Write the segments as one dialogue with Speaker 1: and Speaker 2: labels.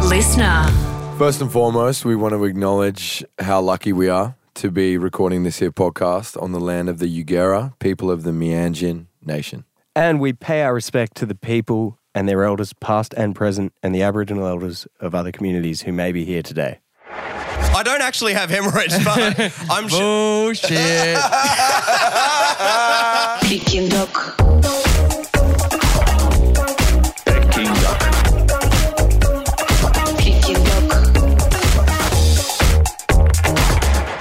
Speaker 1: listener.
Speaker 2: First and foremost, we want to acknowledge how lucky we are to be recording this here podcast on the land of the Yugara, people of the Mianjin Nation.
Speaker 3: And we pay our respect to the people and their elders, past and present, and the Aboriginal elders of other communities who may be here today.
Speaker 4: I don't actually have hemorrhoids, but I'm sure.
Speaker 5: Bullshit.
Speaker 1: Picking Duck. Picking Duck.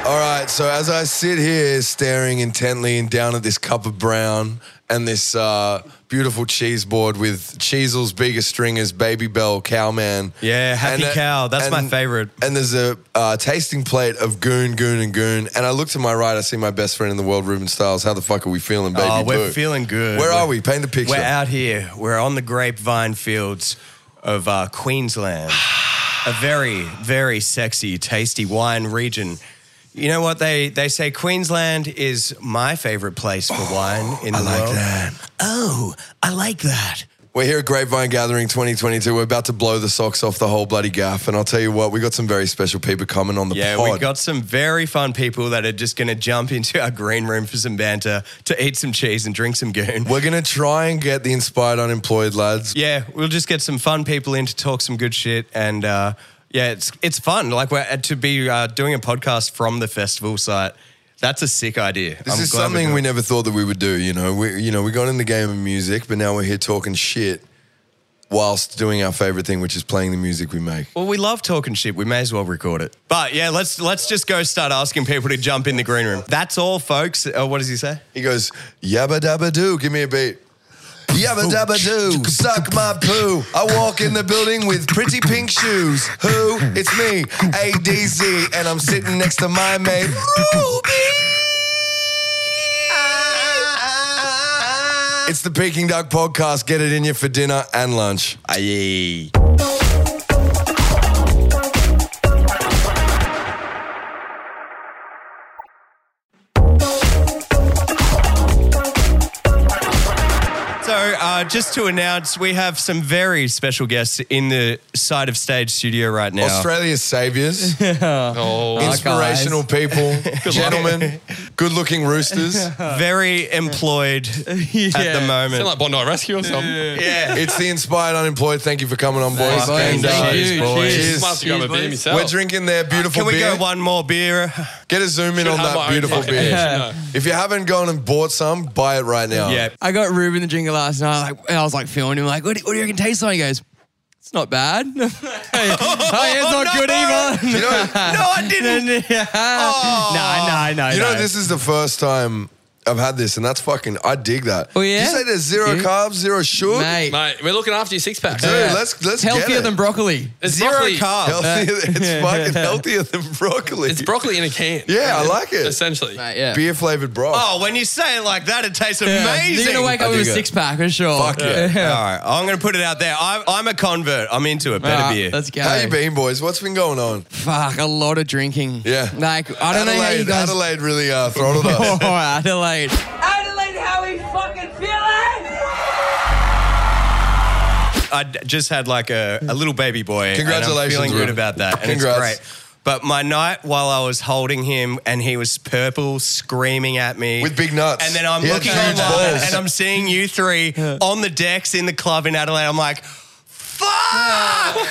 Speaker 5: All right, so as I sit here staring intently and down at this cup of brown and this uh, beautiful cheese board with Cheezel's biggest stringers, Baby Bell, Cowman. uh,
Speaker 4: Yeah, Happy Cow. That's my favorite.
Speaker 5: And there's a uh, tasting plate of Goon, Goon, and Goon. And I look to my right, I see my best friend in the world, Ruben Styles. How the fuck are we feeling, baby?
Speaker 4: Oh, we're
Speaker 5: boo?
Speaker 4: feeling good.
Speaker 5: Where
Speaker 4: We're-
Speaker 5: are we? Paint the picture.
Speaker 4: We're out here. We're on the grapevine fields of uh, Queensland, a very, very sexy, tasty wine region. You know what they, they say? Queensland is my favorite place for wine in the
Speaker 5: I like
Speaker 4: world.
Speaker 5: that.
Speaker 4: Oh, I like that.
Speaker 5: We're here at Grapevine Gathering 2022. We're about to blow the socks off the whole bloody gaff. And I'll tell you what, we got some very special people coming on the
Speaker 4: Yeah,
Speaker 5: pod.
Speaker 4: we got some very fun people that are just going to jump into our green room for some banter, to eat some cheese and drink some goon.
Speaker 5: We're going to try and get the inspired unemployed lads.
Speaker 4: Yeah, we'll just get some fun people in to talk some good shit, and uh, yeah, it's it's fun. Like we're to be uh, doing a podcast from the festival site. That's a sick idea.
Speaker 5: This
Speaker 4: I'm
Speaker 5: is
Speaker 4: glad
Speaker 5: something
Speaker 4: we're
Speaker 5: we
Speaker 4: doing
Speaker 5: never thought that we would do, you know. We you know, we got in the game of music, but now we're here talking shit whilst doing our favorite thing, which is playing the music we make.
Speaker 4: it. Well, we love talking shit. We may as well record it. But yeah, let's let's just go start asking people to jump in the green room. That's all, folks. Uh, what does he say?
Speaker 5: He goes, "Yabba dabba doo, give me a beat." Yabba dabba doo, suck my poo. I walk in the building with pretty pink shoes. Who? It's me, ADZ, and I'm sitting next to my mate, Ruby. It's the Peking Duck podcast. Get it in you for dinner and lunch.
Speaker 4: Aye. So, uh, just to announce, we have some very special guests in the side of stage studio right now.
Speaker 5: Australia's saviors, inspirational people, gentlemen, good-looking roosters.
Speaker 4: Very employed at the moment.
Speaker 6: Sound like Bondi Rescue or something.
Speaker 4: yeah.
Speaker 5: It's the inspired unemployed. Thank you for coming on, boys.
Speaker 6: Fucking
Speaker 5: And, uh,
Speaker 6: thank you,
Speaker 5: boys.
Speaker 6: Cheers. Uh,
Speaker 5: Cheers.
Speaker 6: Must have got a beer myself.
Speaker 5: We're drinking their beautiful
Speaker 4: Can we
Speaker 5: beer.
Speaker 4: go one more beer?
Speaker 5: Get a zoom in
Speaker 6: Should
Speaker 5: on
Speaker 6: have my
Speaker 5: that
Speaker 6: own
Speaker 5: beautiful
Speaker 6: fucking
Speaker 5: beer.
Speaker 6: beer.
Speaker 5: If you haven't gone and bought some, buy it right now.
Speaker 4: Yeah.
Speaker 6: I got Ruben the drinker last night, like, and I was like filming him, like, what do, what do you reckon tastes like? He goes, it's not bad. hey, it's
Speaker 5: Oh,
Speaker 6: not
Speaker 4: no!
Speaker 6: good either.
Speaker 5: You know,
Speaker 4: No, I didn't. Oh.
Speaker 6: No, no, no.
Speaker 5: you know
Speaker 6: no.
Speaker 5: this is the first time I've had this, and that's fucking. I dig that.
Speaker 6: Oh, yeah?
Speaker 5: You say there's zero
Speaker 6: Yeah.
Speaker 5: carbs, zero sugar.
Speaker 6: Mate, we're looking after your six pack.
Speaker 5: Dude, let's let's
Speaker 6: It's healthier
Speaker 5: get it.
Speaker 6: than broccoli. It's
Speaker 4: Zero
Speaker 6: broccoli.
Speaker 4: carbs.
Speaker 5: Healthier, it's fucking healthier than broccoli.
Speaker 6: It's broccoli in a can.
Speaker 5: Yeah, I like it.
Speaker 6: Essentially. Mate, Uh, yeah.
Speaker 5: Beer flavored broth.
Speaker 4: Oh, when you say it like that, it tastes amazing.
Speaker 6: You're going to wake up
Speaker 5: I
Speaker 6: with a
Speaker 5: dig it.
Speaker 6: six pack for sure.
Speaker 5: Fuck yeah.
Speaker 4: All right, I'm going to put it out there. I'm, I'm a convert. I'm into it. Better
Speaker 6: All right,
Speaker 4: beer.
Speaker 6: Let's go.
Speaker 5: How you been, boys? What's been going on?
Speaker 6: Fuck, a lot of drinking.
Speaker 5: Yeah.
Speaker 6: Like, I don't know how you
Speaker 5: Adelaide,
Speaker 6: guys.
Speaker 5: Adelaide really uh, throttled us.
Speaker 6: Oh, Adelaide.
Speaker 7: Adelaide, how we fucking feeling?
Speaker 4: I d- just had like a, a little baby boy. and I'm
Speaker 5: Congratulations,
Speaker 4: feeling good
Speaker 5: Ruben.
Speaker 4: about that. And
Speaker 5: Congrats.
Speaker 4: it's great. But my night while I was holding him and he was purple, screaming at me.
Speaker 5: With big nuts.
Speaker 4: And then I'm
Speaker 5: He had
Speaker 4: looking online
Speaker 5: huge balls.
Speaker 4: and I'm seeing you three on the decks in the club in Adelaide. I'm like, fuck!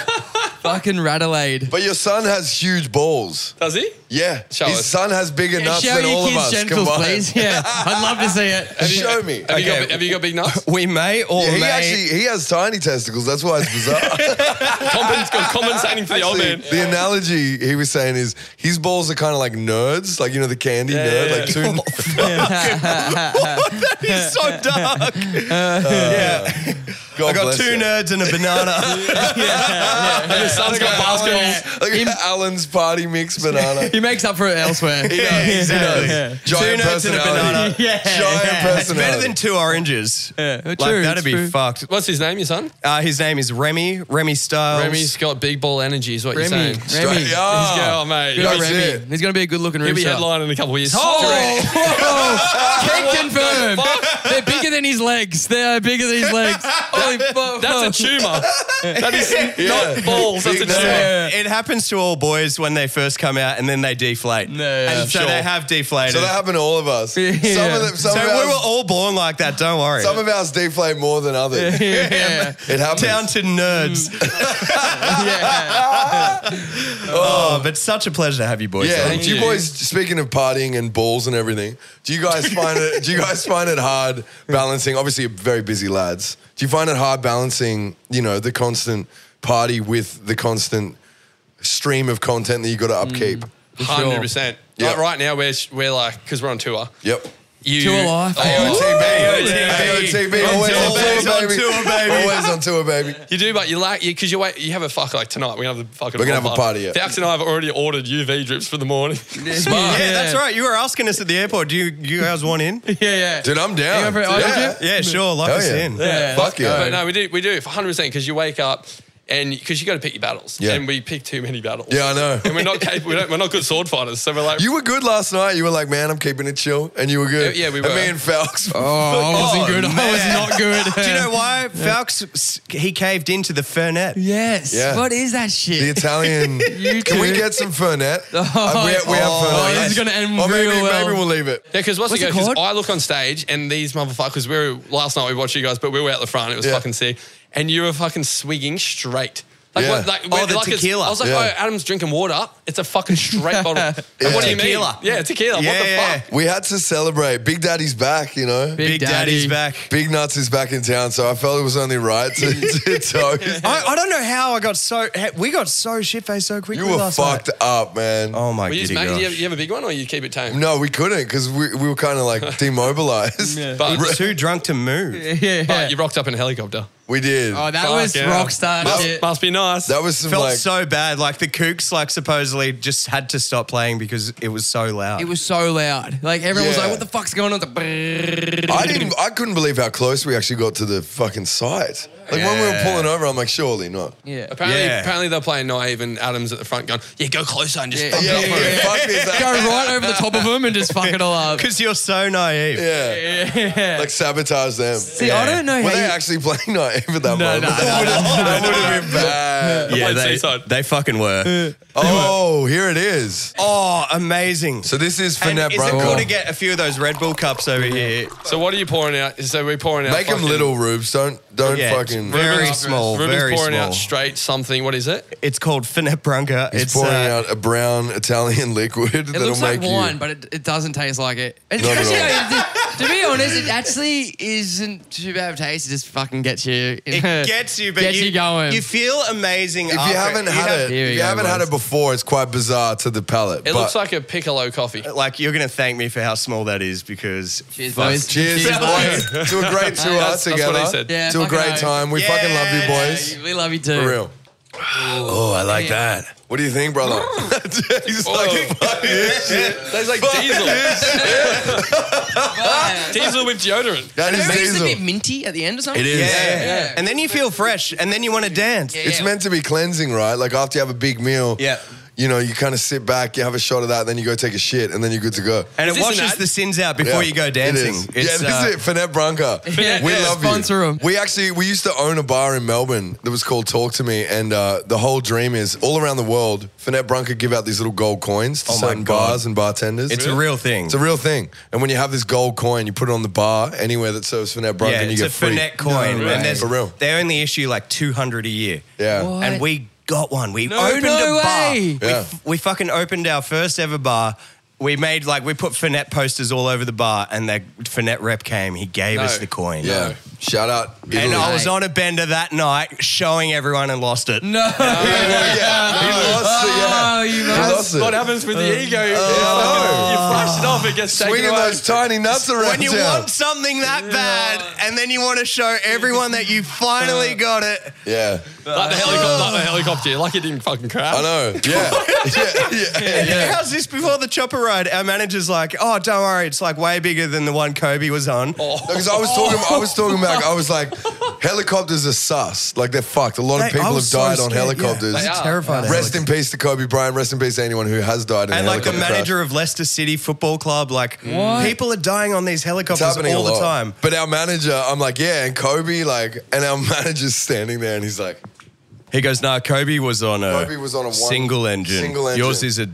Speaker 6: Fucking Radelaide.
Speaker 5: But your son has huge balls.
Speaker 8: Does he?
Speaker 5: Yeah.
Speaker 8: Show
Speaker 5: His
Speaker 8: us.
Speaker 5: son has bigger nuts
Speaker 6: Show
Speaker 5: than all
Speaker 6: your
Speaker 5: of
Speaker 6: kids
Speaker 5: us
Speaker 6: genitals,
Speaker 5: combined.
Speaker 6: please. Yeah, I'd love to see it.
Speaker 5: Show me.
Speaker 8: Have, you
Speaker 4: Okay.
Speaker 8: got, have you got big nuts?
Speaker 4: We may or
Speaker 5: Yeah, he
Speaker 4: may.
Speaker 5: actually he has tiny testicles. That's why it's bizarre.
Speaker 8: Compens- compensating for the old
Speaker 5: Actually,
Speaker 8: man.
Speaker 5: the analogy he was saying is his balls are kind of like nerds, like you know the candy nerd, like two.
Speaker 4: that is so dark.
Speaker 6: Uh,
Speaker 4: yeah.
Speaker 5: God
Speaker 4: I got
Speaker 5: bless
Speaker 4: two
Speaker 5: him.
Speaker 4: nerds and a banana.
Speaker 8: And his son's got basketballs.
Speaker 5: Look at Alan's party mix banana.
Speaker 6: He makes up for it elsewhere.
Speaker 4: Yeah, exactly.
Speaker 6: Yeah.
Speaker 5: Giant
Speaker 4: Two nuts and a banana.
Speaker 5: personality.
Speaker 6: Yeah.
Speaker 5: Giant
Speaker 4: It's better
Speaker 5: personality.
Speaker 4: than two oranges.
Speaker 6: Yeah,
Speaker 4: like
Speaker 6: uh, true,
Speaker 4: that'd
Speaker 6: it's
Speaker 4: be
Speaker 6: true.
Speaker 4: fucked.
Speaker 8: What's his name, your son?
Speaker 4: Uh, his name is Remy. Remy Styles.
Speaker 8: Remy's got big ball energy, is what
Speaker 6: Remy.
Speaker 8: you're saying.
Speaker 6: Remy.
Speaker 8: Straight-
Speaker 6: He's
Speaker 8: Oh,
Speaker 6: got-
Speaker 8: mate.
Speaker 6: Good on
Speaker 8: He's-
Speaker 6: Remy.
Speaker 5: it.
Speaker 6: He's going to be a good looking
Speaker 8: He'll be
Speaker 6: rooster.
Speaker 8: headline in a couple of years.
Speaker 6: Oh,
Speaker 8: Correct.
Speaker 6: King confirmed. They're bigger than his legs. They're bigger than his legs. Holy fuck.
Speaker 8: That's a tumor. That is not balls. That's a
Speaker 5: Big
Speaker 8: tumor.
Speaker 4: Yeah. It happens to all boys when they first come out and then they deflate.
Speaker 6: No, yeah.
Speaker 4: and so
Speaker 5: Sure.
Speaker 4: they have deflated.
Speaker 5: So
Speaker 4: So,
Speaker 5: that happened to all of us.
Speaker 6: Yeah.
Speaker 5: Some of them, some of
Speaker 4: we
Speaker 5: ours,
Speaker 4: were all born like that, don't worry.
Speaker 5: some of ours deflate more than others.
Speaker 6: yeah.
Speaker 5: It happens.
Speaker 4: Down to nerds.
Speaker 6: yeah.
Speaker 4: Oh, but such a pleasure to have you boys.
Speaker 5: yeah,
Speaker 4: on.
Speaker 5: and do you,
Speaker 8: you.
Speaker 5: boys. Speaking of partying and balls and everything, do you guys find it? Do you guys find it hard balancing? Obviously, you're very busy lads. Do you find it hard balancing? You know, the constant party with the constant stream of content that you got to upkeep.
Speaker 8: Hundred percent.
Speaker 5: Yeah.
Speaker 8: Like right now, we're we're like because we're on tour.
Speaker 5: Yep.
Speaker 8: You
Speaker 6: Tour life.
Speaker 5: AOTB,
Speaker 8: AOTB.
Speaker 5: AOTB, always
Speaker 4: tour,
Speaker 5: on
Speaker 4: always
Speaker 5: tour,
Speaker 4: on
Speaker 5: baby.
Speaker 4: tour, baby.
Speaker 5: Always on tour, baby.
Speaker 8: You do, but you like because you, wait. You have a fuck like tonight. We're gonna have the fucking.
Speaker 5: We're gonna have a
Speaker 8: bonfire.
Speaker 5: party, yeah.
Speaker 8: Dax and I have already ordered UV drips for the morning.
Speaker 4: Yeah, that's right. You were asking us at the airport. Do you, you guys want in?
Speaker 6: Yeah, yeah.
Speaker 5: Dude, I'm
Speaker 6: You
Speaker 5: down.
Speaker 6: went for it, oh, did you?
Speaker 4: Yeah, sure. Lock
Speaker 5: Hell
Speaker 4: us
Speaker 5: yeah.
Speaker 4: in.
Speaker 6: Yeah.
Speaker 5: Fuck
Speaker 8: But
Speaker 5: yeah.
Speaker 8: no, we do. We do for hundred percent because you wake up and because you got to pick your battles.
Speaker 5: Yeah.
Speaker 8: And we pick too many battles.
Speaker 5: Yeah, I know.
Speaker 8: And we're not capable. We don't, we're not good sword fighters. So we're like.
Speaker 5: You were good last night. You were like, man, I'm keeping it chill. And you were good.
Speaker 8: Yeah, yeah, we
Speaker 5: And
Speaker 8: were.
Speaker 5: me and Falx.
Speaker 6: Oh, I wasn't good. I was not good.
Speaker 4: Do you know why? Falk's he caved into the Fernet.
Speaker 6: Yes.
Speaker 5: Yeah.
Speaker 6: What is that shit?
Speaker 5: The Italian.
Speaker 6: You
Speaker 5: Can we
Speaker 6: too.
Speaker 5: get some Fernet? Uh, we, we have
Speaker 6: Oh,
Speaker 5: Fernet.
Speaker 6: this is gonna end
Speaker 5: or maybe,
Speaker 6: real well.
Speaker 5: maybe we'll leave it.
Speaker 8: Yeah, because what's,
Speaker 6: What's
Speaker 8: the
Speaker 6: it
Speaker 8: go? 'Cause
Speaker 6: called?
Speaker 8: I look on stage and these motherfuckers. We were last night we watched you guys, but we were out the front. It was
Speaker 5: Yeah.
Speaker 8: fucking sick, and you were fucking swigging straight. Like,
Speaker 5: Yeah.
Speaker 8: what, like,
Speaker 4: Oh, the
Speaker 8: like it's-
Speaker 4: tequila.
Speaker 8: I was like,
Speaker 5: Yeah.
Speaker 8: oh, Adam's drinking water. It's a fucking straight bottle. And what do you
Speaker 4: Tequila.
Speaker 8: mean? Yeah, tequila.
Speaker 4: Yeah,
Speaker 8: what the
Speaker 4: yeah.
Speaker 8: fuck?
Speaker 5: We had to celebrate. Big Daddy's back, you know? Big,
Speaker 4: Big Daddy's back.
Speaker 5: Nuts is back in town, so I felt it was only right to, to toast.
Speaker 4: I, I don't know how I got so. he- We got so shit faced so quickly
Speaker 5: You were
Speaker 4: last
Speaker 5: fucked
Speaker 4: night.
Speaker 5: up, man.
Speaker 4: Oh my
Speaker 8: Were you, just
Speaker 4: giddy
Speaker 8: mate, do you, have,
Speaker 4: gosh.
Speaker 8: you have a big one or you keep it tame?
Speaker 5: No, we couldn't because we, we were kind of like demobilized.
Speaker 8: But,
Speaker 4: Too drunk to move.
Speaker 6: Yeah.
Speaker 8: but you rocked up in a helicopter.
Speaker 5: We did.
Speaker 6: oh, that
Speaker 8: Fuck
Speaker 6: was
Speaker 8: yeah.
Speaker 6: rockstar
Speaker 8: Must,
Speaker 6: shit.
Speaker 8: must be nice.
Speaker 5: that was some
Speaker 4: Felt
Speaker 5: like.
Speaker 4: so bad. Like the Kooks, like supposedly just had to stop playing because it was so loud.
Speaker 6: It was so loud. Like everyone was
Speaker 5: Yeah.
Speaker 6: like, "What the fuck's going on?" It's like,
Speaker 5: I didn't. I couldn't believe how close we actually got to the fucking site. Like when we were
Speaker 4: Yeah.
Speaker 5: pulling over, I'm like, surely not.
Speaker 6: Yeah.
Speaker 8: apparently,
Speaker 4: Yeah.
Speaker 8: apparently they're playing naive and Adam's at the front going, yeah, go closer and just
Speaker 6: Yeah.
Speaker 8: fuck
Speaker 5: Yeah,
Speaker 8: it up.
Speaker 5: yeah, yeah. Fuck this.
Speaker 6: Go right over the top of them and just fuck it all up.
Speaker 4: because you're so naive.
Speaker 5: Yeah. Like sabotage them.
Speaker 6: See, I don't know
Speaker 5: Were
Speaker 6: how
Speaker 5: they
Speaker 6: you-
Speaker 5: actually playing night even that
Speaker 6: No,
Speaker 5: moment?
Speaker 6: no,
Speaker 5: that would have been bad.
Speaker 8: played
Speaker 4: they,
Speaker 8: Seaside.
Speaker 4: they fucking were.
Speaker 5: Oh, here it is.
Speaker 4: oh, amazing.
Speaker 5: So this is
Speaker 4: and
Speaker 5: Fernet
Speaker 4: is it cool
Speaker 5: Branco.
Speaker 4: to get a few of those Red Bull cups over here?
Speaker 8: So what are you pouring out? So we're pouring out
Speaker 5: Make them
Speaker 8: fucking-
Speaker 5: little rubes. Don't don't
Speaker 4: Yeah,
Speaker 5: fucking.
Speaker 4: very
Speaker 8: Ruben's-
Speaker 4: small,
Speaker 8: Ruben's
Speaker 4: very
Speaker 8: pouring
Speaker 4: small.
Speaker 8: out straight something. What is it?
Speaker 4: It's called Fernet Branca.
Speaker 5: He's
Speaker 4: it's
Speaker 5: pouring
Speaker 4: uh,
Speaker 5: out a brown Italian liquid
Speaker 6: It
Speaker 5: that'll
Speaker 6: looks like
Speaker 5: make you.
Speaker 6: wine, but it, it doesn't taste like it. It's
Speaker 5: Not at
Speaker 6: actually,
Speaker 5: all.
Speaker 6: no, it- to be honest, it actually isn't too bad of a taste. It just fucking gets you.
Speaker 4: It gets you, but
Speaker 6: gets
Speaker 4: you,
Speaker 6: you, going.
Speaker 4: You feel amazing.
Speaker 5: if you haven't had it,
Speaker 6: Here
Speaker 5: if
Speaker 6: we
Speaker 5: you
Speaker 6: go,
Speaker 5: haven't had
Speaker 6: boys.
Speaker 5: it before, it's quite bizarre to the palate.
Speaker 8: It
Speaker 5: but-
Speaker 8: looks like a piccolo coffee.
Speaker 4: like you're gonna thank me for how small that is because
Speaker 6: Cheers, boys.
Speaker 5: Cheers, boys. to a great tour
Speaker 8: That's- that's what
Speaker 5: together.
Speaker 8: he said.
Speaker 6: Yeah,
Speaker 5: to a
Speaker 6: fucking
Speaker 5: great
Speaker 6: oath.
Speaker 5: time. We
Speaker 4: Yeah,
Speaker 5: fucking love you,
Speaker 4: yeah,
Speaker 5: boys.
Speaker 6: We love you too.
Speaker 5: For real. Oh, I like
Speaker 6: Yeah.
Speaker 5: that. What do you think, brother? He's like, fuck this shit.
Speaker 8: That's like diesel. diesel with deodorant.
Speaker 5: That is
Speaker 6: It makes it a bit
Speaker 5: diesel.
Speaker 6: minty at the end or something.
Speaker 5: It is.
Speaker 4: yeah,
Speaker 6: yeah.
Speaker 4: and then you feel fresh, and then you want to dance.
Speaker 6: Yeah,
Speaker 5: It's
Speaker 6: yeah.
Speaker 5: meant to be cleansing, right? Like after you have a big meal,
Speaker 4: Yeah.
Speaker 5: you know, you kind of sit back, you have a shot of that, then you go take a shit, and then you're good to go.
Speaker 4: And
Speaker 8: Is
Speaker 4: it
Speaker 8: this an
Speaker 4: washes
Speaker 8: ad?
Speaker 4: the sins out before
Speaker 5: Yeah,
Speaker 4: you go
Speaker 5: it
Speaker 4: dancing.
Speaker 5: is.
Speaker 4: It's,
Speaker 5: yeah, this
Speaker 4: uh,
Speaker 5: is it. Fernet Branca. we
Speaker 6: yeah,
Speaker 5: love you.
Speaker 6: sponsor 'em.
Speaker 5: We actually we used to own a bar in Melbourne that was called Talk to Me, and uh, the whole dream is all around the world. Fernet Branca give out these little gold coins to
Speaker 4: Oh my
Speaker 5: certain
Speaker 4: God.
Speaker 5: bars and bartenders.
Speaker 4: It's a real thing.
Speaker 5: It's a real thing. And when you have this gold coin, you put it on the bar anywhere that serves Fernet Branca,
Speaker 4: yeah,
Speaker 5: and you
Speaker 4: it's a
Speaker 5: get free.
Speaker 4: Fernet coin,
Speaker 5: way.
Speaker 4: and there's,
Speaker 5: For real.
Speaker 4: they only issue like 200 a year.
Speaker 5: Yeah.
Speaker 6: What?
Speaker 4: and we got one. We
Speaker 6: No,
Speaker 4: opened
Speaker 6: no
Speaker 4: a bar.
Speaker 6: way.
Speaker 4: We,
Speaker 5: Yeah.
Speaker 4: f- we fucking opened our first ever bar we made like we put Finette posters all over the bar, and the Finette rep came. He gave
Speaker 8: No.
Speaker 4: us the coin.
Speaker 5: Yeah. Shout out.
Speaker 4: And
Speaker 5: Italy.
Speaker 4: I was on a bender that night, showing everyone and lost it.
Speaker 6: No.
Speaker 5: yeah, Oh, yeah. He lost it. Yeah.
Speaker 6: Oh, you
Speaker 5: He
Speaker 6: Uh, lost.
Speaker 5: lost it.
Speaker 8: What happens with the ego? You
Speaker 5: Oh.
Speaker 8: fucking- you flash it off, it gets taken
Speaker 5: Swinging
Speaker 8: away.
Speaker 5: those tiny nuts around
Speaker 4: When you
Speaker 5: town.
Speaker 4: want something that bad, and then you want to show everyone that you finally got it.
Speaker 5: yeah.
Speaker 8: like, the helicopter, like the helicopter. You're lucky it didn't fucking crash.
Speaker 5: I know. Yeah. yeah. Yeah. yeah.
Speaker 4: And How's this before the chopper ride? Our manager's like, "Oh, don't worry, it's like way bigger than the one Kobe was on."
Speaker 5: Because I was talking, I was talking about, I was like, helicopters are sus. Like they're fucked. A lot of
Speaker 4: They- I
Speaker 5: people have
Speaker 4: was so
Speaker 5: died on
Speaker 4: scared, yeah.
Speaker 5: helicopters.
Speaker 8: They are.
Speaker 4: Terrified. of
Speaker 5: Rest in peace to Kobe Bryant. Rest in peace to anyone who has died in
Speaker 4: and
Speaker 5: a
Speaker 4: like the
Speaker 5: helicopter crash.
Speaker 4: manager of Leicester City Football Club, like
Speaker 6: What?
Speaker 4: people are dying on these
Speaker 5: It's
Speaker 4: helicopters
Speaker 5: happening
Speaker 4: all
Speaker 5: a
Speaker 4: the
Speaker 5: lot.
Speaker 4: time.
Speaker 5: But our manager, I'm like, yeah, and Kobe, like, and our manager's standing there, and he's like,
Speaker 4: He goes, "No, Kobe was on a
Speaker 5: Kobe was on a one-
Speaker 4: single engine.
Speaker 5: single engine.
Speaker 4: Yours is a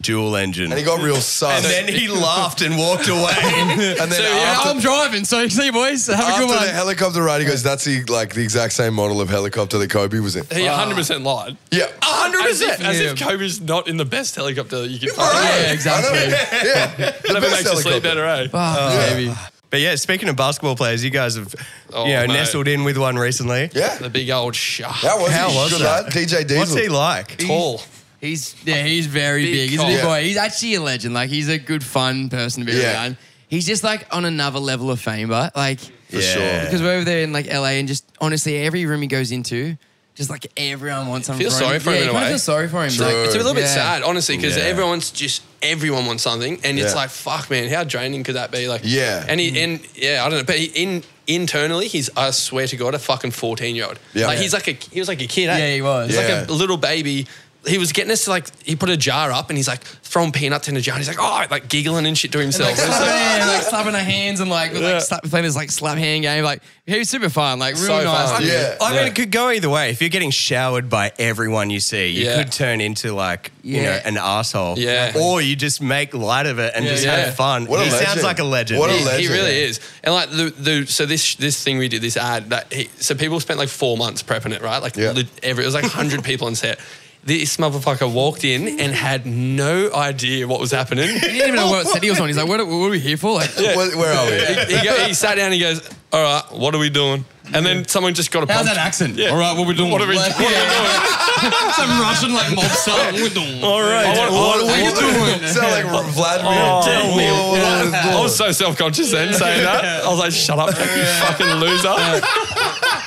Speaker 4: dual engine."
Speaker 5: and he got real sus.
Speaker 4: And then he laughed and walked away.
Speaker 5: And then
Speaker 6: So, yeah,
Speaker 5: after,
Speaker 6: I'm driving. So see you boys. Have a
Speaker 5: after
Speaker 6: good
Speaker 5: the
Speaker 6: one.
Speaker 5: helicopter ride, he goes, that's the, like the exact same model of helicopter that Kobe was in.
Speaker 8: He 100% lied.
Speaker 5: Yeah.
Speaker 4: hundred
Speaker 8: As, if,
Speaker 4: percent.
Speaker 8: as if Kobe's not in the best helicopter that you can
Speaker 5: All
Speaker 8: find.
Speaker 5: right.
Speaker 6: Yeah, exactly.
Speaker 5: I know. Yeah. The
Speaker 8: Never
Speaker 5: best
Speaker 8: makes you
Speaker 5: helicopter.
Speaker 8: sleep better, eh?
Speaker 6: Fuck, baby.
Speaker 4: But yeah, speaking of basketball players, you guys have
Speaker 8: Oh,
Speaker 4: you know
Speaker 8: mate.
Speaker 4: nestled in with one recently.
Speaker 8: The
Speaker 5: Yeah.
Speaker 8: big old shark.
Speaker 5: How was
Speaker 4: How
Speaker 5: he?
Speaker 4: was
Speaker 5: Good
Speaker 4: that?
Speaker 5: lad. DJ Diesel.
Speaker 4: What's he like?
Speaker 8: Tall.
Speaker 6: He's yeah, he's very
Speaker 8: Big
Speaker 6: big. He's a big
Speaker 5: cock.
Speaker 6: boy. He's actually a legend. Like he's a good fun person to be
Speaker 5: Yeah.
Speaker 6: around. He's just like on another level of fame, but like
Speaker 5: For sure.
Speaker 6: because we're over there in like LA and just honestly every room he goes into, just like everyone wants something.
Speaker 8: Feel
Speaker 6: from
Speaker 8: sorry
Speaker 6: him.
Speaker 8: for him
Speaker 6: yeah,
Speaker 8: in
Speaker 6: you
Speaker 8: a
Speaker 6: kinda
Speaker 8: way.
Speaker 6: Feel sorry for him.
Speaker 5: True.
Speaker 6: Like,
Speaker 8: It's a little bit
Speaker 6: Yeah.
Speaker 8: sad, honestly, because
Speaker 4: Yeah.
Speaker 8: everyone's just everyone wants something, and it's
Speaker 5: Yeah.
Speaker 8: like, fuck, man, how draining could that be? Like,
Speaker 5: Yeah.
Speaker 8: and
Speaker 6: Mm.
Speaker 8: he, and yeah, I don't know, but he, in internally, he's I swear to God, a fucking fourteen year old.
Speaker 5: Yeah.
Speaker 8: Yeah, like he's like a he was like a kid. eh?
Speaker 6: Yeah, he was.
Speaker 8: He's
Speaker 5: Yeah.
Speaker 8: like a little baby. He was getting us to, like he put a jar up, and he's like throwing peanuts in a jar. And he's like, oh, like giggling and shit to himself.
Speaker 6: Like
Speaker 8: It's like-
Speaker 6: slapping, yeah, like slapping her hands and like, with, like slap, playing this like slap hand game. Like he was super fun. Like really
Speaker 8: So
Speaker 6: nice.
Speaker 8: fun.
Speaker 6: dude.
Speaker 5: Yeah.
Speaker 4: I mean, it could go either way. If you're getting showered by everyone you see, you
Speaker 8: Yeah.
Speaker 4: could turn into like you know
Speaker 6: Yeah.
Speaker 4: an asshole.
Speaker 8: Yeah.
Speaker 4: Or you just make light of it and
Speaker 6: Yeah,
Speaker 4: just
Speaker 8: yeah.
Speaker 4: have fun.
Speaker 5: What a
Speaker 4: he sounds
Speaker 5: legend.
Speaker 4: like a legend.
Speaker 5: What a
Speaker 8: He-
Speaker 5: legend.
Speaker 8: He really is. And like the, the so this this thing we did this ad that he, so people spent like four months prepping it right like
Speaker 5: Yeah.
Speaker 8: lit- every it was like hundred people on set. This motherfucker walked in and had no idea what was happening.
Speaker 6: He didn't even know what set he was on. He's like, what, are- what are we here for? Like,
Speaker 5: Where, where are we?
Speaker 8: he, go, he sat down. and He goes, "All right, what are we doing?" And then someone just got a.
Speaker 6: how's
Speaker 8: punch-
Speaker 6: that accent?
Speaker 8: Yeah.
Speaker 6: All right, what are we doing?
Speaker 8: What are we,
Speaker 6: Like,
Speaker 8: what are we
Speaker 6: yeah.
Speaker 8: doing?
Speaker 6: Some Russian like mobster. What are we doing?
Speaker 4: All right.
Speaker 8: I want-
Speaker 5: What
Speaker 8: I want-
Speaker 5: are we doing? Sound like Vladimir. Tell me.
Speaker 8: I was so self conscious then saying that. I was like, "Shut up, you fucking loser."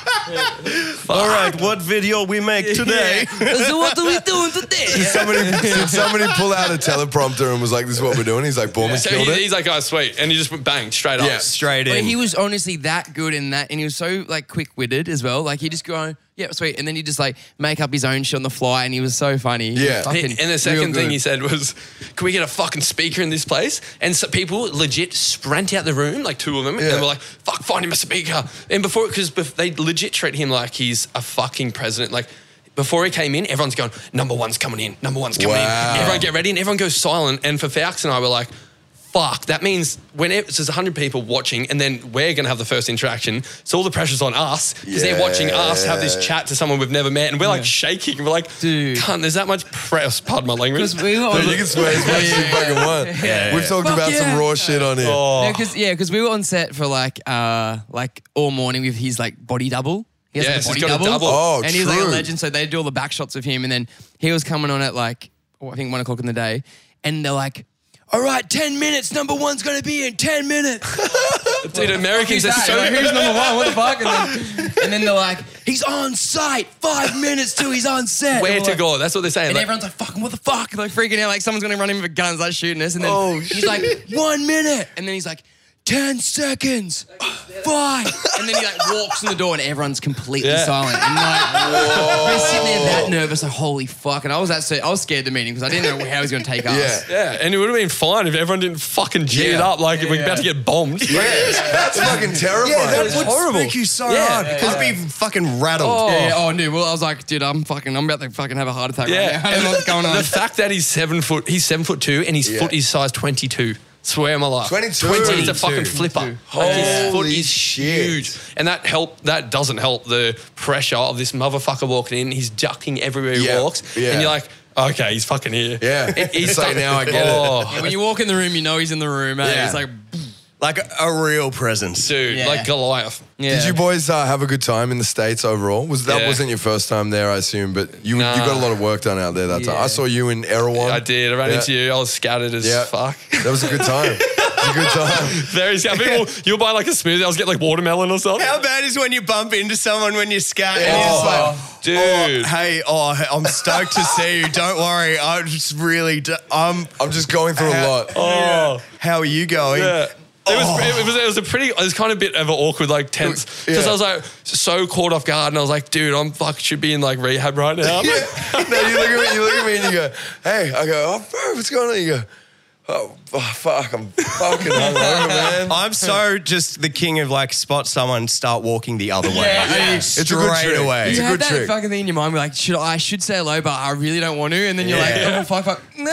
Speaker 4: All right. What video we make today?
Speaker 6: so what are we doing today?
Speaker 5: Somebody, did somebody pull out a teleprompter and was like, "This is what we're doing." He's like, "Bournemouth
Speaker 8: So
Speaker 5: killed
Speaker 8: he,
Speaker 5: it."
Speaker 8: he's like, "Oh, sweet," and he just went bang straight up.
Speaker 5: Yeah.
Speaker 4: Straight
Speaker 6: But
Speaker 4: in.
Speaker 6: he was honestly that good in that, and he was so like quick-witted as well. Like he just go, on, yeah, sweet, and then he just like make up his own shit on the fly, and he was so funny. He was
Speaker 5: Yeah.
Speaker 6: fucking
Speaker 8: and the
Speaker 6: real
Speaker 8: second thing
Speaker 6: good.
Speaker 8: he said was, "Can we get a fucking speaker in this place?" And so people legit sprint out the room, like two of them,
Speaker 5: Yeah.
Speaker 8: and were like, "Fuck, find him a speaker." And before, because they legit treat him like he's a fucking president, like. Before he came in, everyone's going, number one's coming in, number one's coming
Speaker 5: Wow.
Speaker 8: in. Everyone get ready and everyone goes silent. And for Faux and I were like, fuck, that means when it, so there's 100 people watching and then we're going to have the first interaction. So all the pressure's on us because they're watching us have this
Speaker 5: Yeah.
Speaker 8: chat to someone we've never met and we're like shaking. We're like,
Speaker 6: Dude.
Speaker 8: Cunt, there's that much press. Pardon my language.
Speaker 6: 'Cause we were on
Speaker 5: Dude,
Speaker 6: the-
Speaker 5: you can swear as much as you fucking want. We've talked
Speaker 6: Fuck
Speaker 5: about some
Speaker 6: yeah.
Speaker 5: raw shit on here.
Speaker 6: No, 'cause- yeah, because we were on set for like uh like all morning with his like body double. He has, like,
Speaker 8: Yes, he's got a double.
Speaker 5: Oh,
Speaker 6: and he was like a
Speaker 5: true.
Speaker 6: legend, so they do all the back shots of him, and then he was coming on at like oh, I think one o'clock in the day, and they're like. All right, 10 minutes. Number one's going to be in 10 minutes.
Speaker 8: Dude,
Speaker 6: Who's
Speaker 8: Americans are
Speaker 6: that?
Speaker 8: so.
Speaker 6: Like, who's number one? What the fuck? And then, and then they're like, he's on site. Five minutes till he's on set. And
Speaker 8: Where
Speaker 6: we're
Speaker 8: to
Speaker 6: like-
Speaker 8: go? That's what they're saying.
Speaker 6: And
Speaker 8: Like,
Speaker 6: everyone's like, fucking, what the fuck? Like, freaking out, like, someone's gonna run in with guns, like, shooting us. And then
Speaker 8: Oh,
Speaker 6: he's like, one minute. And then he's like, 10 seconds. Five. And then he, like, walks in the door, and everyone's completely
Speaker 8: Yeah.
Speaker 6: silent. And, like, we're sitting there that nervous, like, holy fuck. And I was that, so, I was scared the meeting because I didn't know how he was gonna take us.
Speaker 5: Yeah.
Speaker 8: yeah, and it would have been fine if everyone didn't fucking G it
Speaker 5: Yeah.
Speaker 8: up like we're about to get bombed.
Speaker 5: That's fucking terrifying.
Speaker 4: yeah, that would
Speaker 8: horrible.
Speaker 4: spook you so
Speaker 8: Yeah.
Speaker 4: hard. I'd be fucking rattled.
Speaker 6: Yeah, yeah, oh, no. Well, I was like, dude, I'm fucking, I'm about to fucking have a heart attack right
Speaker 8: Yeah,
Speaker 6: now. I don't know what's going on.
Speaker 8: The fact that he's seven foot, he's seven foot two, and his
Speaker 5: Yeah.
Speaker 8: foot is size twenty two. Swear my life.
Speaker 5: 22.
Speaker 8: He's a fucking flipper. Like, his foot
Speaker 5: Holy
Speaker 8: is
Speaker 5: shit.
Speaker 8: huge, and that help. That doesn't help the pressure of this motherfucker walking in. He's ducking everywhere he
Speaker 5: Yeah,
Speaker 8: walks,
Speaker 5: yeah.
Speaker 8: and you're like. okay, he's fucking here.
Speaker 5: Yeah.
Speaker 8: he's
Speaker 5: It's like, now I get it.
Speaker 8: oh,
Speaker 6: When you walk in the room, you know he's in the room. Eh?
Speaker 5: Yeah.
Speaker 6: It's like,
Speaker 4: Like a, a real presence.
Speaker 8: Dude,
Speaker 6: Yeah.
Speaker 8: like Goliath.
Speaker 6: yeah.
Speaker 5: Did you boys uh, have a good time in the states overall? Was that
Speaker 8: Yeah.
Speaker 5: wasn't your first time there, I assume, but you you got a
Speaker 8: Nah.
Speaker 5: lot of work done out there that time.
Speaker 6: Yeah.
Speaker 5: I saw you in Erewhon.
Speaker 8: I did. I ran
Speaker 5: Yeah.
Speaker 8: into you. I was scattered as
Speaker 5: Yeah.
Speaker 8: fuck.
Speaker 5: That was a good time. It was a good time.
Speaker 8: Very scattered. People, you'll buy like a smoothie. I was getting like watermelon or something.
Speaker 4: How bad is when you bump into someone when you're scatting? and
Speaker 5: Oh,
Speaker 4: it's like,
Speaker 8: Dude.
Speaker 4: Oh, hey, oh, I'm stoked to see you. Don't worry. I'm just really. d- I'm.
Speaker 5: I'm just going through a lot.
Speaker 8: Oh.
Speaker 4: How are you going?
Speaker 8: Yeah. It was, it, was, it was a pretty, it was kind of a bit of an awkward, like tense. Because
Speaker 5: Oh. Yeah.
Speaker 8: I was like so caught off guard and I was like, dude, I'm fuck, should be in like rehab right now. I'm like,
Speaker 5: no, you look at me, you look at me, and you go, "Hey," I go, "Oh, bro, what's going on?" You go, "Oh, oh fuck, I'm fucking hungover, man."
Speaker 4: I'm so just the king of like spot someone, start walking the other way.
Speaker 6: Yeah.
Speaker 4: Straight
Speaker 5: It's a good trick.
Speaker 4: away.
Speaker 5: It's
Speaker 6: You
Speaker 5: a
Speaker 6: have
Speaker 5: good
Speaker 6: that
Speaker 5: trick.
Speaker 6: fucking thing in your mind. We're like, should I I should say hello, but I really don't want to. And then you're like,
Speaker 4: Yeah.
Speaker 6: oh, fuck, fuck.
Speaker 5: Yeah,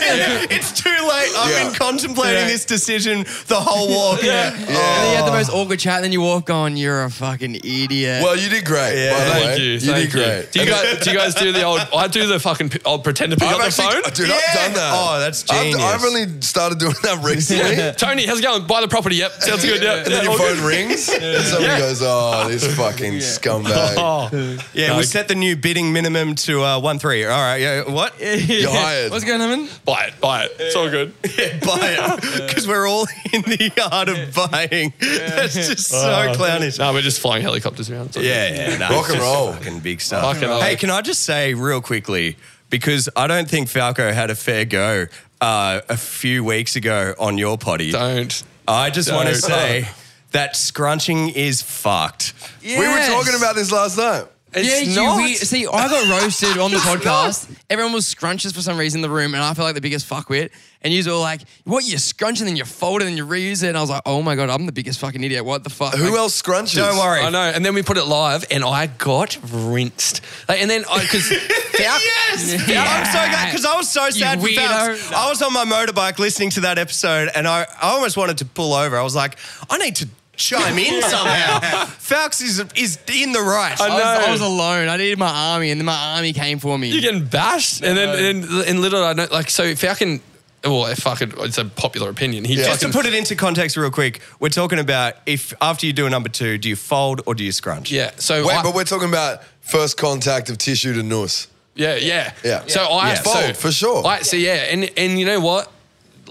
Speaker 5: yeah.
Speaker 4: It's too late. I've been
Speaker 5: Yeah.
Speaker 4: contemplating
Speaker 6: Yeah.
Speaker 4: this decision the whole walk.
Speaker 8: Yeah.
Speaker 6: And then you had the most awkward chat, and then you walk on, you're a fucking idiot.
Speaker 5: Well, you did great.
Speaker 4: Yeah.
Speaker 5: by the
Speaker 8: Thank
Speaker 5: way.
Speaker 8: you.
Speaker 5: You
Speaker 8: thank
Speaker 5: did great.
Speaker 8: Do you,
Speaker 5: And
Speaker 8: guys, do you guys do the old, I do the fucking, p- I'll pretend to pick
Speaker 5: I've
Speaker 8: up the
Speaker 5: actually,
Speaker 8: phone.
Speaker 5: dude, I've
Speaker 4: Yeah.
Speaker 5: done that.
Speaker 4: Oh, that's
Speaker 5: I've,
Speaker 4: genius.
Speaker 5: I've only started doing that recently.
Speaker 8: Tony, how's it going? Buy the property. Yep. Sounds good. Yep.
Speaker 5: And then your
Speaker 8: All good.
Speaker 5: phone rings, and somebody goes, "Oh, this fucking scumbag."
Speaker 8: Oh.
Speaker 4: Yeah,
Speaker 8: No,
Speaker 4: we
Speaker 8: I-
Speaker 4: set the new bidding minimum to uh, one three. All right, yeah, what?
Speaker 5: You're hired.
Speaker 6: What's going on?
Speaker 8: Buy it. Buy it. It's all good.
Speaker 4: Buy it because we're all in the art of buying. That's just
Speaker 8: Uh,
Speaker 4: so clownish.
Speaker 8: No, we're just flying helicopters around. It's all good.
Speaker 4: Yeah, yeah, no,
Speaker 5: Rock and
Speaker 4: it's just
Speaker 5: roll.
Speaker 4: fucking big stuff.
Speaker 8: Rock and roll.
Speaker 4: Hey, can I just say real quickly because I don't think Falco had a fair go uh, a few weeks ago on your potty.
Speaker 8: Don't.
Speaker 4: I just want to
Speaker 8: Don't.
Speaker 4: say that scrunching is fucked.
Speaker 5: We were talking about this last night.
Speaker 6: It's yeah,
Speaker 8: not.
Speaker 6: You, we, see, I got roasted on the podcast. Everyone was scrunches for some reason in the room, and I felt like the biggest fuckwit. And you was all like, "What? You scrunch and then you fold it and you reuse it." And I was like, "Oh my god, I'm the biggest fucking idiot. What the fuck?"
Speaker 5: Who
Speaker 6: Like,
Speaker 5: else scrunches?
Speaker 4: Don't worry.
Speaker 8: I know. And then we put it live, and I got rinsed. Like, and then I because
Speaker 4: Yes! I'm so glad because I was so sad for
Speaker 6: weirdo.
Speaker 4: Phelps. I was on my motorbike listening to that episode and I, I almost wanted to pull over. I was like, I need to chime in somehow. Falx is, is in the right.
Speaker 6: I was,
Speaker 8: No.
Speaker 6: I was alone. I needed my army, and then my army came for me.
Speaker 8: you're getting bashed, and then and, and little I know, like so Falcon. Well, if I could, it's a popular opinion. He
Speaker 4: Just to
Speaker 8: fucking,
Speaker 4: put it into context real quick, we're talking about if after you do a number two, do you fold or do you scrunch?
Speaker 8: yeah. So
Speaker 5: Wait,
Speaker 8: I,
Speaker 5: but we're talking about first contact of tissue to nous.
Speaker 8: yeah, yeah,
Speaker 5: Yeah.
Speaker 8: So I
Speaker 5: Yeah.
Speaker 8: so,
Speaker 5: Fold, for sure.
Speaker 8: I so yeah, and and you know what.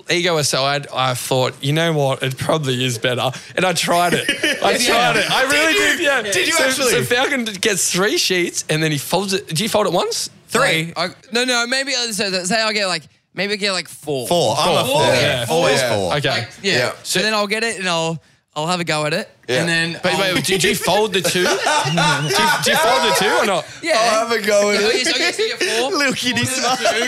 Speaker 8: Ego aside, I thought, you know what, it probably is better. And I tried it. I tried it. I really did. yeah.
Speaker 4: Did you
Speaker 8: so,
Speaker 4: actually?
Speaker 8: So Falcon gets three sheets and then he folds it. Do you fold it once?
Speaker 4: Three.
Speaker 6: I, no, no, maybe I- so, say I get like maybe I get like four.
Speaker 4: Four. I'm a
Speaker 8: Four.
Speaker 4: four.
Speaker 8: Yeah.
Speaker 4: Always
Speaker 5: Yeah.
Speaker 4: four.
Speaker 8: Okay.
Speaker 6: Like, yeah.
Speaker 5: Yeah.
Speaker 6: So then I'll get it and I'll I'll have a go at it,
Speaker 5: Yeah.
Speaker 6: and then
Speaker 8: But
Speaker 6: I'll-
Speaker 8: wait, did you fold the two? do, you, do you fold the two or not?
Speaker 6: yeah.
Speaker 5: I'll Oh, have a go at
Speaker 6: So I
Speaker 5: it.
Speaker 6: guess- I guess I get four.
Speaker 4: Little kitty smile.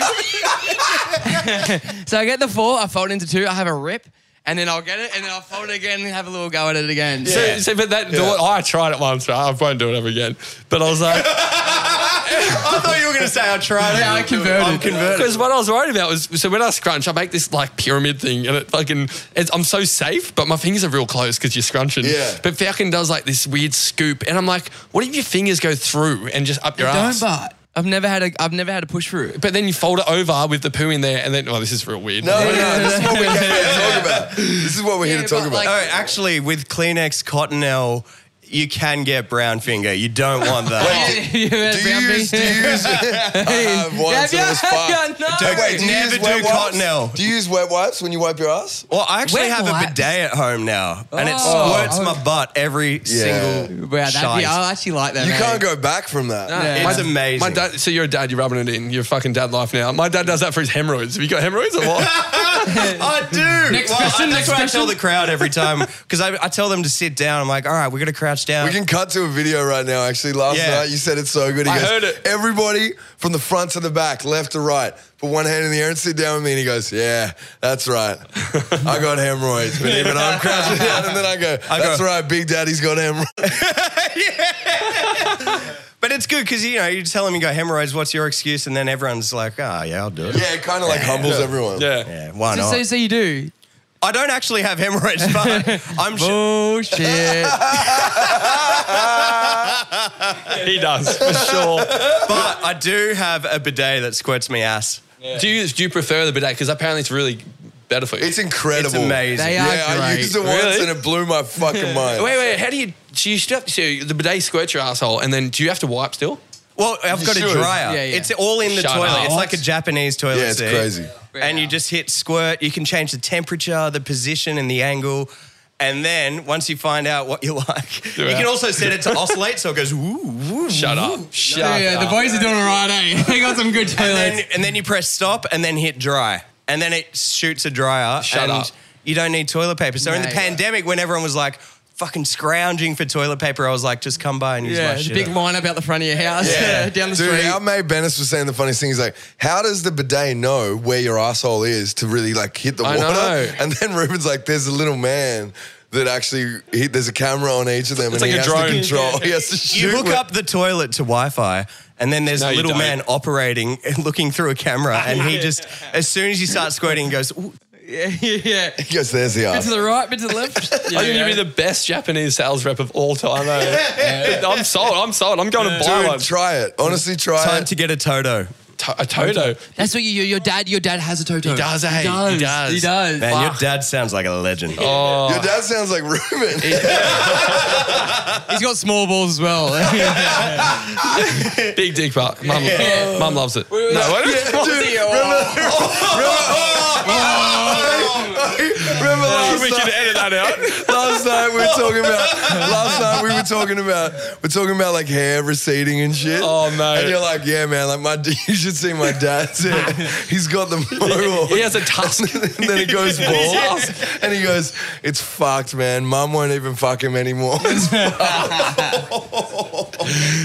Speaker 6: So I get the four, I fold into two, I have a rip, and then I'll get it, and then I'll fold it again and have a little go at it again.
Speaker 8: So, so, but that the- I tried it once. Right? I won't do it ever again. But I was like,
Speaker 4: I thought you were going to say I tried.
Speaker 6: Yeah, I converted.
Speaker 4: I'm converted.
Speaker 8: because what I was worried about was so when I scrunch, I make this like pyramid thing, and it fucking it's, I'm so safe, but my fingers are real close because you're scrunching.
Speaker 5: Yeah.
Speaker 8: But Falcon does like this weird scoop, and I'm like, what if your fingers go through and just up your
Speaker 6: Don't
Speaker 8: ass?
Speaker 6: but I've never had a I've never had a push through.
Speaker 8: But then you fold it over with the poo in there, and then oh, this is real weird.
Speaker 5: No, no, no. This is what we're here to talk about. This is what we're here to
Speaker 6: Yeah,
Speaker 5: talk
Speaker 6: but,
Speaker 5: about.
Speaker 6: like-
Speaker 4: Oh, actually, with Kleenex Cottonelle, you can get brown finger. You don't want that.
Speaker 5: Wait,
Speaker 6: you had
Speaker 5: do
Speaker 6: brown
Speaker 5: you use? Do
Speaker 6: finger?
Speaker 5: you use? I have one.
Speaker 6: Have
Speaker 5: so
Speaker 6: you?
Speaker 5: it was fine.
Speaker 6: No.
Speaker 5: Hey, wait, do you
Speaker 4: Never
Speaker 5: use
Speaker 4: do
Speaker 5: wet wipes?
Speaker 4: Cottonelle.
Speaker 5: Do you use wet wipes when you wipe your ass?
Speaker 4: Well, I actually
Speaker 6: Wet
Speaker 4: have
Speaker 6: wipes.
Speaker 4: a bidet at home now, and it
Speaker 6: Oh.
Speaker 4: squirts my butt every single
Speaker 6: Wow, that'd
Speaker 4: shite.
Speaker 6: be, I actually like that.
Speaker 5: You
Speaker 6: mate.
Speaker 5: can't go back from that.
Speaker 8: Yeah.
Speaker 4: It's amazing.
Speaker 8: My dad, so you're a dad, you're rubbing it in. You're fucking dad life now. My dad does that for his hemorrhoids. Have you got hemorrhoids or what?
Speaker 4: I do.
Speaker 6: Next question,
Speaker 4: I, that's
Speaker 6: next
Speaker 4: what I
Speaker 6: question.
Speaker 4: tell the crowd every time because I, I tell them to sit down. I'm like, all right, we're gonna crouch down.
Speaker 5: We can cut to a video right now. Actually, last
Speaker 4: Yeah.
Speaker 5: night you said it's so good. He
Speaker 8: I
Speaker 5: goes,
Speaker 8: heard it.
Speaker 5: Everybody from the front to the back, left to right, put one hand in the air and sit down with me. And he goes, Yeah, that's right. I got hemorrhoids, but even I'm crouching down. And then I go,
Speaker 4: I go-
Speaker 5: That's right, Big Daddy's got hemorrhoids.
Speaker 4: but it's good because you know you tell them you got hemorrhoids. What's your excuse? And then everyone's like, ah, yeah, I'll do it.
Speaker 5: Yeah, it kind of like humbles everyone.
Speaker 8: yeah.
Speaker 4: Yeah, why
Speaker 6: So,
Speaker 4: not?
Speaker 6: so, so you do.
Speaker 4: I don't actually have hemorrhoids, but I'm sure.
Speaker 6: Bullshit.
Speaker 8: He does for sure.
Speaker 3: But I do have a bidet that squirts me ass.
Speaker 8: Do you do you prefer the bidet? Because apparently it's really better for you.
Speaker 5: It's incredible.
Speaker 3: It's amazing.
Speaker 6: They are
Speaker 5: Yeah, I
Speaker 6: great.
Speaker 5: used it once
Speaker 8: Really?
Speaker 5: and it blew my fucking mind.
Speaker 8: wait, wait. How do you? So you still have to. So the bidet squirts your asshole, and then do you have to wipe still?
Speaker 3: Well, I've got a
Speaker 5: should.
Speaker 3: dryer.
Speaker 6: Yeah, yeah.
Speaker 3: It's all in the
Speaker 8: Shut
Speaker 3: toilet.
Speaker 8: up.
Speaker 3: It's like a Japanese toilet
Speaker 5: Yeah, it's
Speaker 3: seat.
Speaker 5: crazy.
Speaker 3: And you just hit squirt. You can change the temperature, the position, and the angle. And then once you find out what you like, you
Speaker 8: it.
Speaker 3: can also set it to oscillate so it goes woo, woo.
Speaker 8: Shut up. Shut
Speaker 6: Yeah, yeah, the
Speaker 8: up.
Speaker 6: boys are doing all right, eh? they got some good
Speaker 3: And
Speaker 6: toilets.
Speaker 3: then, and then you press stop and then hit dry. And then it shoots a dryer.
Speaker 8: Shut
Speaker 3: and
Speaker 8: up.
Speaker 3: You don't need toilet paper. So in the
Speaker 6: Mate.
Speaker 3: pandemic, when everyone was like fucking scrounging for toilet paper, I was like, just come by and use
Speaker 6: yeah,
Speaker 3: my
Speaker 6: there's a
Speaker 3: shit.
Speaker 6: big lineup out the front of your house, yeah. down the
Speaker 5: Dude,
Speaker 6: street.
Speaker 5: our mate Bennis was saying the funniest thing. He's like, "How does the bidet know where your asshole is to really like hit the
Speaker 8: I
Speaker 5: water?"
Speaker 8: know.
Speaker 5: And then Ruben's like, "There's a little man that actually he, there's a camera on each of them, and
Speaker 8: like
Speaker 5: he
Speaker 8: a
Speaker 5: has
Speaker 8: drone.
Speaker 5: to control. He has to
Speaker 3: you
Speaker 5: shoot."
Speaker 3: hook
Speaker 5: with-
Speaker 3: up the toilet to Wi-Fi, and then there's
Speaker 8: No, you
Speaker 3: little
Speaker 8: don't.
Speaker 3: man operating, looking through a camera, and he just, as soon as you start squirting, he goes, "Ooh,
Speaker 6: yeah, yeah. Bit
Speaker 5: He goes, "There's the
Speaker 6: to
Speaker 5: ass."
Speaker 6: the right, bit to the left. Yeah,
Speaker 8: I think you'd be the best Japanese sales rep of all time. eh? I'm sold. I'm sold. I'm going to buy one.
Speaker 5: Dude, try it. Honestly, try
Speaker 3: time
Speaker 5: it.
Speaker 3: to get a Toto."
Speaker 8: To- a Toto.
Speaker 6: That's what you, your, your dad. Your dad has a toto. He
Speaker 8: does, eh? He
Speaker 6: He does.
Speaker 8: does.
Speaker 6: He does.
Speaker 3: Man, your
Speaker 6: Fuck.
Speaker 3: dad sounds like a legend.
Speaker 5: Your dad sounds like Ruben.
Speaker 6: He's got small balls as well.
Speaker 8: Big dick part. Mum, mum loves it. No, what?
Speaker 5: Remember last
Speaker 8: we can edit that out.
Speaker 5: last night we were talking about last night we were talking about we're talking about like hair receding and shit.
Speaker 8: Oh, mate.
Speaker 5: And you're like, yeah, man, like my d- you should see my dad's hair. He's got the mohawk.
Speaker 8: He has a tusk.
Speaker 5: and then it goes balls, and he goes, "It's fucked, man. Mum won't even fuck him anymore." It's fucked.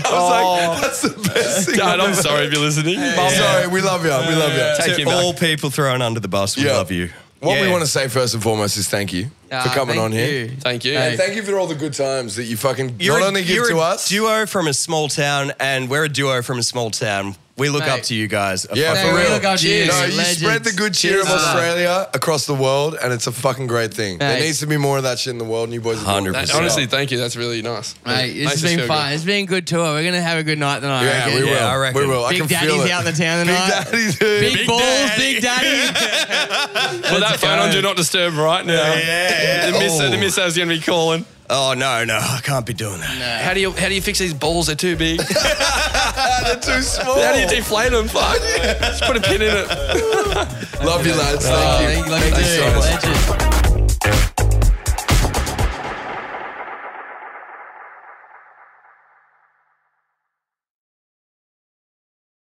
Speaker 5: I was like, "That's the best thing."
Speaker 8: Dad,
Speaker 5: I've
Speaker 8: I'm
Speaker 5: ever-
Speaker 8: sorry if you're listening. Mum,
Speaker 5: I'm sorry. We love you. We love you.
Speaker 8: Take
Speaker 3: to
Speaker 8: him back.
Speaker 3: all people thrown under the bus, we
Speaker 5: Yeah.
Speaker 3: love you.
Speaker 5: What we
Speaker 3: Yeah.
Speaker 5: want to say first and foremost is thank you for coming on here.
Speaker 8: Ah, Thank you.
Speaker 5: And thank you for all the good times that you fucking
Speaker 3: You're
Speaker 5: not
Speaker 3: a-
Speaker 5: only give
Speaker 3: you're
Speaker 5: to
Speaker 3: a
Speaker 5: us.
Speaker 3: duo from a small town, and we're a duo from a small town. We look up
Speaker 6: Mate.
Speaker 3: to you guys. A
Speaker 5: Yeah,
Speaker 3: fucking-
Speaker 5: for real.
Speaker 6: look up to you.
Speaker 5: No, you
Speaker 6: Legends.
Speaker 5: spread the good cheer of
Speaker 6: Cheers.
Speaker 5: Australia across the world, and it's a fucking great thing. There
Speaker 6: Hey.
Speaker 5: needs to be more of that shit in the world, and you boys are doing it.
Speaker 8: That- honestly, thank you. That's really nice.
Speaker 6: Mate,
Speaker 8: Makes
Speaker 6: it's
Speaker 8: us
Speaker 6: been
Speaker 8: feel
Speaker 6: fun. It's been a good tour. We're gonna have a good night tonight. I
Speaker 5: Yeah,
Speaker 6: reckon.
Speaker 5: we will.
Speaker 3: Yeah, I reckon.
Speaker 5: We will. I
Speaker 6: Big
Speaker 5: can feel
Speaker 6: Daddy's
Speaker 5: it.
Speaker 6: out in the town
Speaker 5: Big
Speaker 6: tonight.
Speaker 5: daddy, dude.
Speaker 6: Big, balls,
Speaker 3: Daddy.
Speaker 6: Big Daddy.
Speaker 8: good. Put that phone on do not disturb right now.
Speaker 3: Yeah, yeah.
Speaker 8: The miss,
Speaker 3: Oh.
Speaker 8: the miss is going to be calling.
Speaker 3: Oh no, no, I can't be doing that.
Speaker 8: How do you how do you fix these balls? They're too big.
Speaker 5: They're too small.
Speaker 8: How do you deflate them? Fuck. Just put a pin in it.
Speaker 5: Love you, lads. Thank you.
Speaker 6: Thank you, legend.